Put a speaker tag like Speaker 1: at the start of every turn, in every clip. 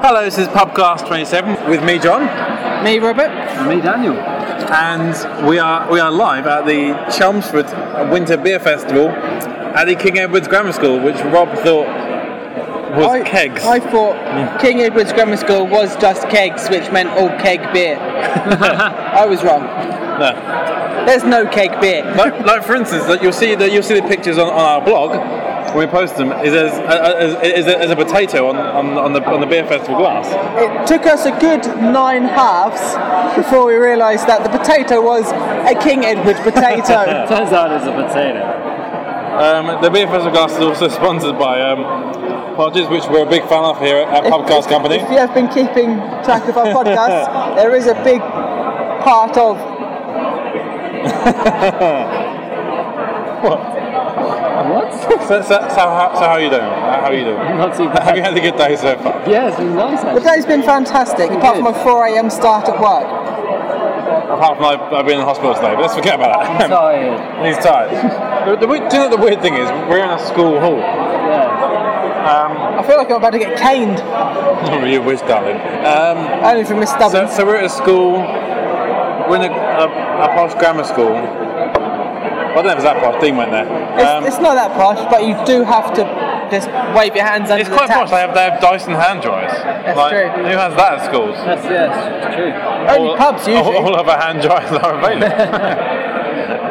Speaker 1: Hello, this is Pubcast 27 with me, John,
Speaker 2: Me, Robert.
Speaker 3: And me, Daniel.
Speaker 1: and we are we are live at the Chelmsford Winter Beer Festival at the King Edward's Grammar School, which Rob thought was
Speaker 2: I,
Speaker 1: kegs.
Speaker 2: I thought King Edward's Grammar School was just kegs, which meant all keg beer. I was wrong.
Speaker 1: No.
Speaker 2: There's no keg beer.
Speaker 1: like, like for instance, that you'll see that you'll see the pictures on, on our blog when we post them. Is as, as, uh, is as a potato on, on, on the on the beer festival glass.
Speaker 2: It took us a good nine halves before we realised that the potato was a King Edward potato.
Speaker 3: Turns out it's a potato.
Speaker 1: Um, the beer festival glass is also sponsored by. Um, Podges, which we're a big fan of here at
Speaker 2: If-
Speaker 1: Pubcast
Speaker 2: if-
Speaker 1: Company.
Speaker 2: If you have been keeping track of our podcast, there is a big part of
Speaker 3: What?
Speaker 1: So, so, so, how, so how are you doing? How are you doing?
Speaker 3: Not too
Speaker 1: Have you
Speaker 3: bad.
Speaker 1: had a good day so far?
Speaker 3: Yeah, it's been nice
Speaker 2: the
Speaker 3: actually.
Speaker 2: day's been fantastic, apart from a 4 a.m. start at work.
Speaker 1: Apart from I've, I've been in the hospital today, but let's forget about
Speaker 3: I'm
Speaker 1: that.
Speaker 3: tired.
Speaker 1: He's tired. The- the weird- do you know what the weird thing is? We're in a school hall.
Speaker 3: Yeah.
Speaker 2: I feel like I'm about to get caned,
Speaker 1: you wish, darling. Um,
Speaker 2: only for Miss Stubbins.
Speaker 1: so, so we're at a school. We're in a, a, a posh grammar school. Well, I don't know if it's that posh. Dean went there.
Speaker 2: It's,
Speaker 1: Um,
Speaker 2: it's not that posh, but you do have to just wave your hands under
Speaker 1: it's
Speaker 2: the
Speaker 1: quite posh.
Speaker 2: tap.
Speaker 1: They have, they have Dyson hand dryers. That's
Speaker 2: true.
Speaker 1: Who has that at schools?
Speaker 3: That's yes, true.
Speaker 2: Only
Speaker 1: Oh,
Speaker 2: pubs
Speaker 1: all,
Speaker 2: usually,
Speaker 1: all of our hand dryers are available.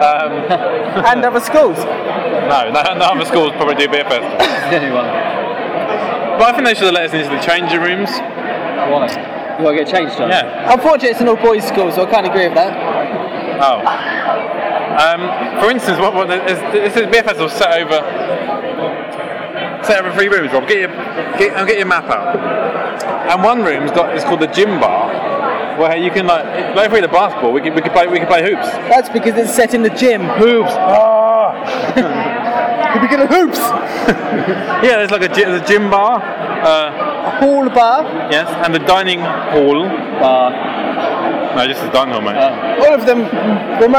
Speaker 1: oh.
Speaker 2: and other schools.
Speaker 1: no, no, no other schools probably do beer festivals.
Speaker 3: Anyway.
Speaker 1: But I think they should have let us into the changing rooms.
Speaker 3: Why? You want to get changed, John?
Speaker 1: Yeah.
Speaker 2: Unfortunately, it's an all-boys school, so I can't agree with that.
Speaker 1: Oh. Um, for instance, what, what is, this is beer festival set over set over three rooms. Rob, get your get, I'll get your map out. And one room's got it's called the gym bar, where you can like like if we had a basketball, we could we could play we could play hoops.
Speaker 2: That's because it's set in the gym.
Speaker 1: Hoops. Ah.
Speaker 2: The beginner hoops.
Speaker 1: Yeah, there's like a, gy- there's a gym bar. Uh,
Speaker 2: Hall bar.
Speaker 1: yes, and the dining hall.
Speaker 3: Bar.
Speaker 1: No, just the dining hall, mate.
Speaker 3: Oh.
Speaker 2: All of them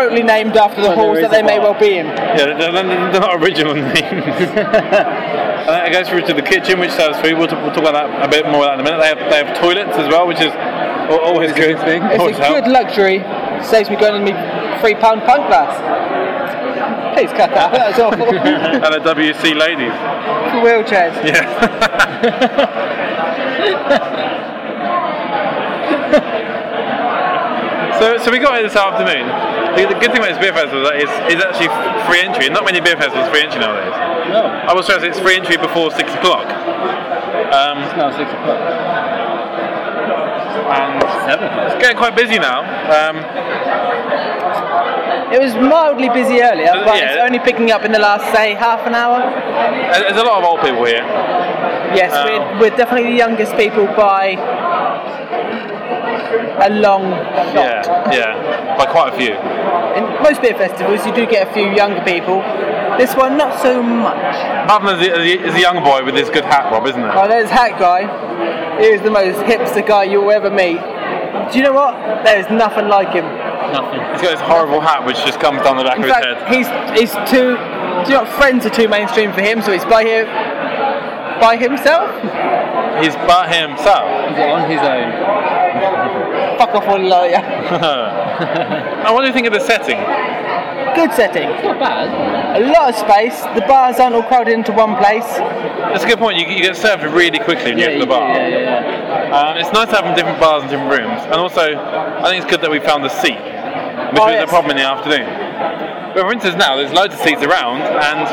Speaker 2: named named after the
Speaker 1: Oh,
Speaker 3: Well,
Speaker 2: halls
Speaker 3: there
Speaker 2: that they
Speaker 3: is a
Speaker 2: may
Speaker 3: bar.
Speaker 2: well be in.
Speaker 1: Yeah, they're, they're they're not original names. and then it goes through to the kitchen, which serves food. We'll, t- we'll talk about that a bit more in a minute. They have, they have toilets as well, which is al- always good. Thing.
Speaker 2: It's
Speaker 1: Always
Speaker 2: a
Speaker 1: help.
Speaker 2: good luxury. Saves me going on my three-pound punk glass. Please cut that. That was awful.
Speaker 1: and the WC ladies.
Speaker 2: Wheelchairs.
Speaker 1: Yeah. so, so we got here this afternoon. The, the good thing about this beer festival is, that it's- it's actually f- free entry. Not many beer festivals are free entry nowadays.
Speaker 3: No.
Speaker 1: I will stress it's free entry before six o'clock. Um,
Speaker 3: It's now six o'clock.
Speaker 1: and
Speaker 3: Seven o'clock.
Speaker 1: it's getting quite busy now. Um,
Speaker 2: It was mildly busy earlier,
Speaker 1: Uh,
Speaker 2: but
Speaker 1: yeah.
Speaker 2: it's only picking up in the last, say, half an hour.
Speaker 1: Uh, There's a lot of old people here.
Speaker 2: Yes,
Speaker 1: Oh.
Speaker 2: we're, we're definitely the youngest people by a long shot.
Speaker 1: Yeah, yeah, by quite a few.
Speaker 2: In most beer festivals, you do get a few younger people. This one, not so much.
Speaker 1: Apart from the, the, the young boy with this good hat, Rob, isn't it?
Speaker 2: Oh, there's Hat Guy. He was the most hipster guy you'll ever meet. Do you know what? There's nothing like him.
Speaker 3: Nothing.
Speaker 1: He's got this horrible hat which just comes down the back
Speaker 2: In
Speaker 1: of his
Speaker 2: fact,
Speaker 1: head.
Speaker 2: he's he's too. Do you know what? Friends are too mainstream for him, so he's by here, by himself.
Speaker 1: He's by himself.
Speaker 3: He's on his own.
Speaker 2: Fuck off, one lawyer.
Speaker 1: now, what do you think of the setting?
Speaker 2: Good setting.
Speaker 3: Not bad.
Speaker 2: a lot of space. The bars aren't all crowded into one place.
Speaker 1: That's a good point. You, you get served really quickly when you get to
Speaker 3: you
Speaker 1: the
Speaker 3: do,
Speaker 1: bar.
Speaker 3: yeah, yeah, yeah.
Speaker 1: Um, it's nice having different bars and different rooms. And also, I think it's good that we found a seat, which
Speaker 2: Oh,
Speaker 1: was
Speaker 2: yes.
Speaker 1: a problem in the afternoon. But for instance, now there's loads of seats around and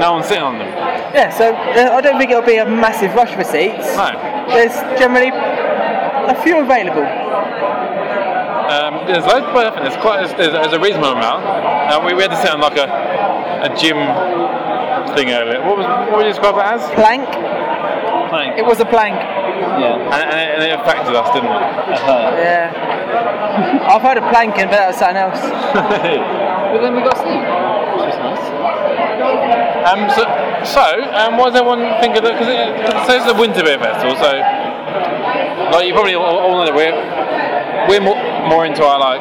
Speaker 1: no one's sitting on them.
Speaker 2: Yeah, so uh, I don't think it'll be a massive rush for seats.
Speaker 1: No.
Speaker 2: There's generally a few available.
Speaker 1: Um, there's loads of I think there's quite there's, there's, there's a reasonable amount. Uh, we, we had to sit on like a, a gym thing earlier. What was what would you describe that as?
Speaker 2: Plank.
Speaker 3: Plank.
Speaker 2: It was a plank.
Speaker 3: Yeah.
Speaker 1: And, and, it, and it affected us, didn't it?
Speaker 3: It hurt.
Speaker 2: Yeah. I've heard of planking, but that was something else.
Speaker 3: But then we got sleep. Which was nice.
Speaker 1: um, so so um, what does everyone think of that? Because it, 'cause it says the Winter Beer Festival, so like you probably all, all know that we're we're more, more into our like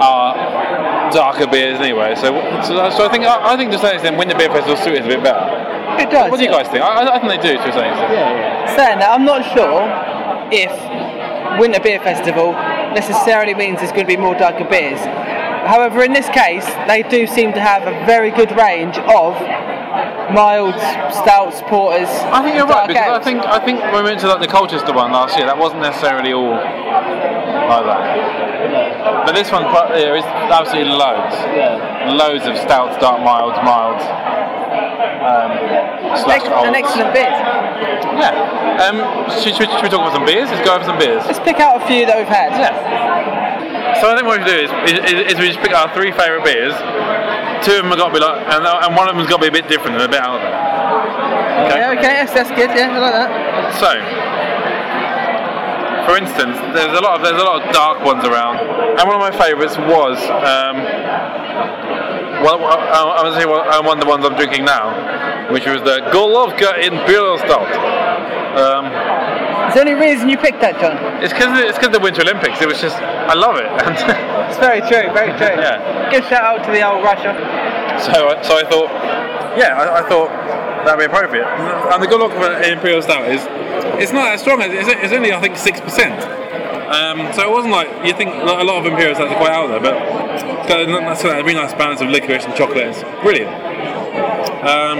Speaker 1: our darker beers anyway. So so, so I think I, I think to some extent Winter Beer Festival suits us a bit better.
Speaker 2: It does.
Speaker 1: What do you guys think? I, I, I think they do to a certain extent.
Speaker 3: Yeah, yeah.
Speaker 2: Saying that, I'm not sure if Winter Beer Festival necessarily means there's going to be more darker beers. However, in this case, they do seem to have a very good range of milds, stouts, porters.
Speaker 1: I think you're right
Speaker 2: dark
Speaker 1: because I
Speaker 2: ales.
Speaker 1: think I think when we went to like the Colchester one last year, that wasn't necessarily all like that. But this one quite- yeah, is absolutely loads, loads of stouts, dark milds, milds, um, slash
Speaker 2: Ex-
Speaker 1: olds.
Speaker 2: an excellent bit.
Speaker 1: Yeah. Um, should, should, should we talk about some beers? Let's go over some beers.
Speaker 2: Let's pick out a few that we've had.
Speaker 1: Yeah. So I think what we should do is, is, is we just pick our three favourite beers. Two of them have got to be like, and, and one of them's got to be a bit different and a bit out there.
Speaker 2: Yeah, okay, that's, that's good. Yeah, I like that.
Speaker 1: So, for instance, there's a lot of there's a lot of dark ones around, and one of my favourites was um, well, I, I was say one one of the ones I'm drinking now, which was the Golovka in Bielostad. Um,
Speaker 2: Is there any reason you picked that, John?
Speaker 1: it's because it's because the Winter Olympics. It was just I love it. And
Speaker 2: It's very true, very true.
Speaker 1: Yeah.
Speaker 2: Good shout out to the old Russia.
Speaker 1: So, I- so I thought, yeah, I, I thought that'd be appropriate. And the good luck of an imperial stout is, it's not as strong as it's, it's only I think six percent. Um, so it wasn't like you think like, a lot of imperial stouts are quite out there, but it's got a, n- that's a really nice balance of licorice and chocolate. It's brilliant. Um,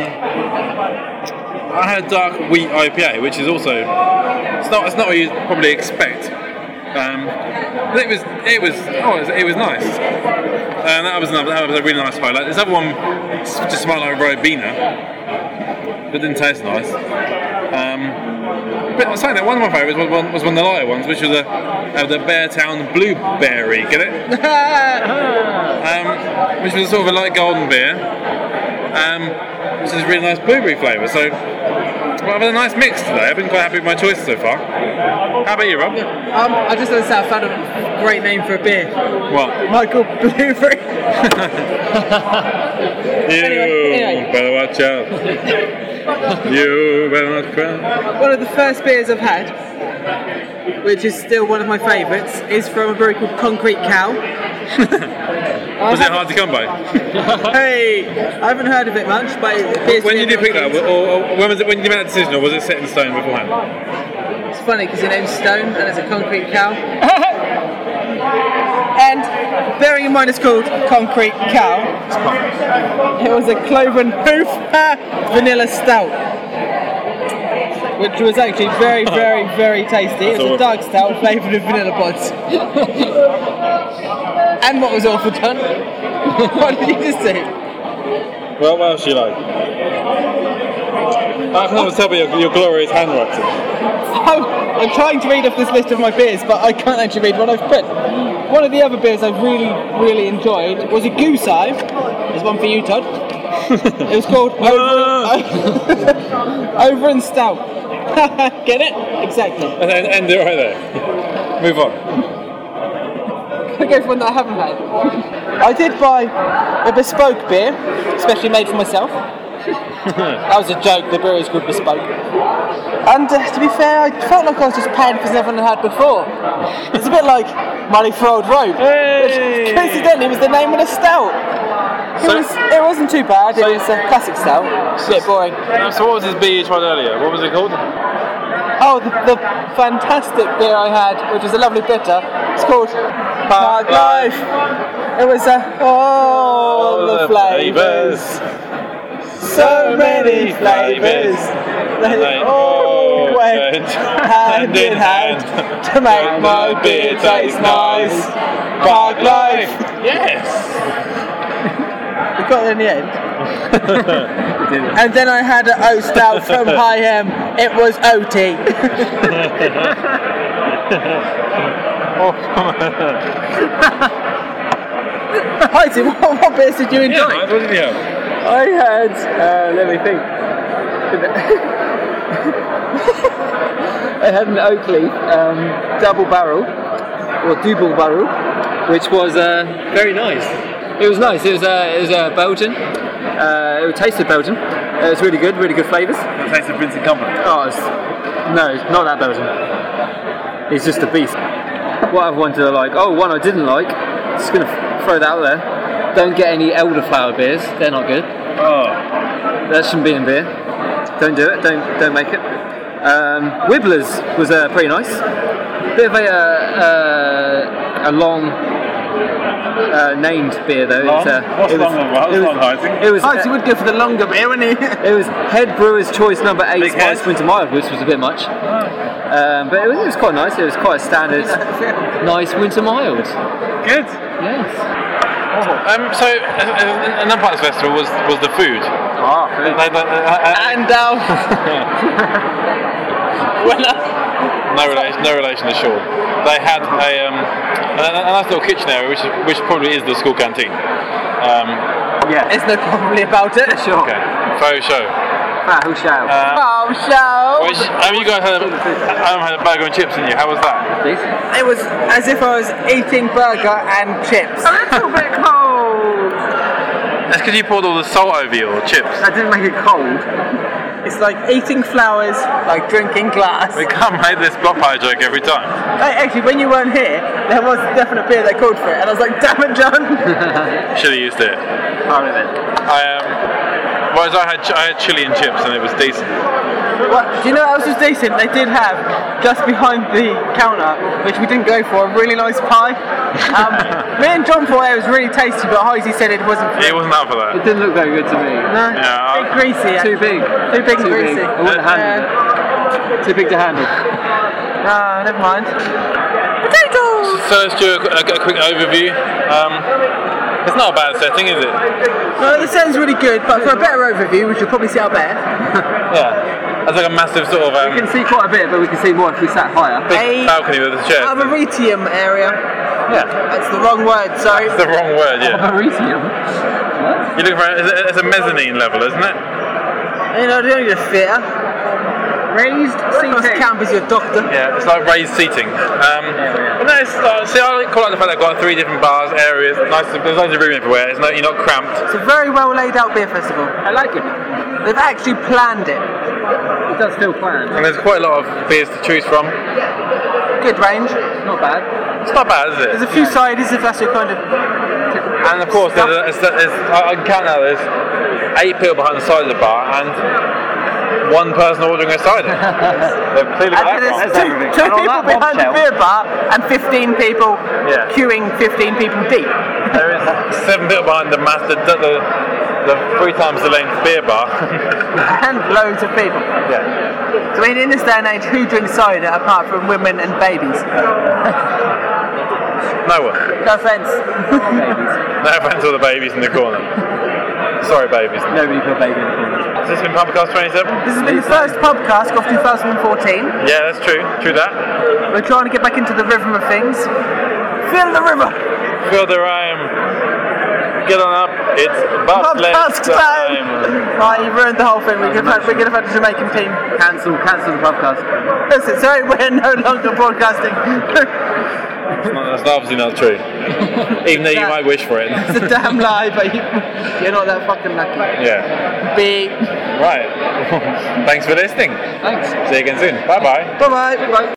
Speaker 1: I had a dark wheat IPA, which is also it's not it's not what you would probably expect. Um, but it was it was oh it was, it was nice. Uh, And that was another, that was a really nice highlight. This other one s- just smelled like Robina, but didn't taste nice. Um, but I was saying that one of my favourites was one, was one of the lighter ones, which was a, uh, the Beartown Blueberry, get it?
Speaker 2: Uh,
Speaker 1: um, which was sort of a light golden beer, um, which is a really nice blueberry flavour. So well, I've had a nice mix today. I've been quite happy with my choice so far. How about you, Rob?
Speaker 2: Um, I just want to say I found a great name for a beer.
Speaker 1: What?
Speaker 2: Michael Blueberry.
Speaker 1: You
Speaker 2: anyway.
Speaker 1: better watch out. you better not cry.
Speaker 2: One of the first beers I've had, which is still one of my favourites, is from a brewery called Concrete Cow.
Speaker 1: Was it hard to come by?
Speaker 2: Hey, I haven't heard of it much, but it appears to
Speaker 1: When
Speaker 2: be
Speaker 1: did you pick that? Or, or when was it? When you made that decision, or was it set in stone beforehand?
Speaker 2: It's funny because it name's Stone and it's a concrete cow. and bearing in mind it's called Concrete Cow, it was a cloven hoof vanilla stout. Which was actually very, very, very tasty. It was a dark stout flavoured with vanilla pods. and what was awful, John? what did you just do?
Speaker 1: Well, what else do you like? I can always tell by your, your glorious handwriting.
Speaker 2: I'm, I'm trying to read off this list of my beers, but I can't actually read what I've put. One of the other beers I really, really enjoyed was a goose eye. There's one for you, Todd. it was called Over, Over and Stout. Get it? Exactly.
Speaker 1: And then end it right there. Move on.
Speaker 2: I go for one that I haven't had. I did buy a bespoke beer, especially made for myself. that was a joke, the brewery's called Bespoke. And uh, to be fair, I felt like I was just paying for something I had before. It's a bit like Money for Old Rope, which coincidentally was the name of the stout. It,
Speaker 1: So-
Speaker 2: was, it wasn't too bad, it was a classic stout. A bit boring.
Speaker 1: So what was this beer you tried earlier? What was it called?
Speaker 2: Oh, the, the fantastic beer I had, which was a lovely bitter. It's called Park Life. It was a all the flavors, so many flavors. They all went hand in hand to make my beer taste nice. Park Life.
Speaker 1: Yes.
Speaker 2: We got there in the end. and then I had an oat stout from High M. It was OT. Heidi, what, what bits did you enjoy?
Speaker 1: Yeah. What did you have?
Speaker 3: I had. Uh, let me think. I had an Oakley um, double barrel or double barrel, which was uh, very nice. It was nice. It was uh, it was uh, Belgian. Uh, it tasted Belgian. It was really good. Really good flavors.
Speaker 1: It tasted Vincent Company.
Speaker 3: Oh, it's, no, it's not that Belgian. It's just a beast. What other one did I like? Oh, one I didn't like. Just gonna f- throw that out there. Don't get any elderflower beers. They're not good.
Speaker 1: Oh.
Speaker 3: That shouldn't be in beer. Don't do it. Don't don't make it. Um, Wibbler's was uh, pretty nice. Bit of a, uh, uh, a long uh, named beer though. uh,
Speaker 1: Long? What's
Speaker 3: it was,
Speaker 1: long about? What's
Speaker 3: it was,
Speaker 1: long, I think?
Speaker 3: It
Speaker 2: Oh,
Speaker 3: was,
Speaker 4: Heinz, you would go for the longer beer, wouldn't you?
Speaker 3: it was Head Brewer's Choice Number Eight
Speaker 1: Big
Speaker 3: Spice
Speaker 1: head.
Speaker 3: Winter Mild, which was a bit much. Um, but it was, it was quite nice. It was quite a standard, nice Winter Mild.
Speaker 1: Good.
Speaker 3: Yes.
Speaker 1: Um, so uh, uh, another part of this festival was was the food.
Speaker 3: Ah,
Speaker 1: Like, like, uh,
Speaker 4: And
Speaker 3: um,
Speaker 4: uh, when I,
Speaker 1: uh, no relation, no relation to Shaw. They had a, um, a, a nice little kitchen area, which is- which probably is the school canteen. Um,
Speaker 3: yeah.
Speaker 4: there's no probably about it.
Speaker 3: Sure.
Speaker 1: okay, faux show.
Speaker 3: Ah, who shall?
Speaker 1: Uh,
Speaker 4: Oh, show.
Speaker 1: which, um, you guys had a, um, had a burger and chips, didn't you? How was that?
Speaker 3: Please.
Speaker 2: It was as if I was eating burger and chips.
Speaker 4: A little bit cold.
Speaker 1: That's because you poured all the salt over your chips.
Speaker 3: I didn't make it cold.
Speaker 2: It's like eating flowers, like drinking glass.
Speaker 1: We can't make this block pie joke every time.
Speaker 2: Hey, actually, when you weren't here, there was a definite beer that called for it, and I was like, damn it, John!
Speaker 1: Should have used it.
Speaker 3: Part of it.
Speaker 1: I um, whereas I had ch- I had chili and chips and it was decent.
Speaker 2: Well, do you know what else was decent? They did have, just behind the counter, which we didn't go for, a really nice pie. Um, me and John thought it was really tasty, but Heisey said it wasn't for
Speaker 1: It wasn't out for
Speaker 3: It
Speaker 1: that.
Speaker 3: didn't look very good to me.
Speaker 1: Yeah,
Speaker 2: No, bit
Speaker 1: I-
Speaker 2: greasy.
Speaker 3: Too
Speaker 2: actually.
Speaker 3: big. Uh,
Speaker 2: Too big and
Speaker 3: Too
Speaker 2: greasy.
Speaker 3: big. I wouldn't
Speaker 1: Uh,
Speaker 3: handle it. Too big to handle.
Speaker 2: Ah, never mind. Potatoes!
Speaker 1: So let's do a, qu- a, a quick overview. Um, it's not a bad setting, is it?
Speaker 2: No, this sounds really good, but for a better overview, we should probably sit up there.
Speaker 1: Yeah. That's like a massive sort of um,
Speaker 3: We can see quite a bit, but we can see more if we sat higher.
Speaker 1: big
Speaker 2: A-
Speaker 1: balcony with a chair.
Speaker 2: Arboretum area.
Speaker 1: Yeah.
Speaker 2: That's the wrong word, sorry.
Speaker 1: That's the wrong word. Yeah.
Speaker 3: Arboretum.
Speaker 1: You're looking for it's a- it's a mezzanine level, isn't it?
Speaker 2: You know, they don't need a theatre.
Speaker 3: Raised
Speaker 2: Must camp as your doctor.
Speaker 1: Yeah. It's like raised seating. Um, but no, it's, uh, see, I quite like the fact they've got three different bars areas. Nice. There's loads of room everywhere. It's no, you're not cramped.
Speaker 2: It's a very well laid out beer festival.
Speaker 3: I like it.
Speaker 2: They've actually planned it.
Speaker 3: It does feel planned.
Speaker 1: And there's quite a lot of beers to choose from.
Speaker 2: Good range.
Speaker 3: Not bad.
Speaker 1: It's not bad, is it?
Speaker 2: There's a few ciders if that's your kind of.
Speaker 1: And of course, there's, a, there's, there's I I can count now. There's eight people behind the side of the bar and one person ordering a cider. They've clearly got
Speaker 2: And
Speaker 1: that wrong.
Speaker 2: there's two,
Speaker 3: everything.
Speaker 2: two
Speaker 3: And on
Speaker 2: people
Speaker 3: that
Speaker 2: behind the
Speaker 3: bombshell-
Speaker 2: beer bar and 15 people
Speaker 1: Yeah.
Speaker 2: queuing 15 people deep.
Speaker 1: There is seven people behind the master, the, the, the three times the length beer bar.
Speaker 2: And loads of people.
Speaker 1: yeah.
Speaker 2: So, I mean, in this day and age, who drinks cider apart from women and babies?
Speaker 1: No one.
Speaker 2: No offence.
Speaker 3: Babies.
Speaker 1: No offense to the babies in the corner. Sorry, babies.
Speaker 3: Nobody put baby in the corner.
Speaker 1: Has this been Pumpcast 27?
Speaker 2: This has been the first podcast of 2014.
Speaker 1: Yeah, that's true. True that.
Speaker 2: We're trying to get back into the rhythm of things. Feel the river!
Speaker 1: Further I am. Get on up. It's Bob's
Speaker 2: Podcast time! Right, you've ruined the whole thing. We're going to have a Jamaican team.
Speaker 3: Cancel, cancel the podcast.
Speaker 2: Listen, sorry, we're no longer broadcasting.
Speaker 1: That's obviously not true. Even though you might wish for it.
Speaker 2: it's a damn lie, but you, you're not that fucking lucky.
Speaker 1: Yeah.
Speaker 2: Beep.
Speaker 1: Right. Thanks for listening.
Speaker 3: Thanks.
Speaker 1: See you again soon. Bye bye.
Speaker 2: Bye bye.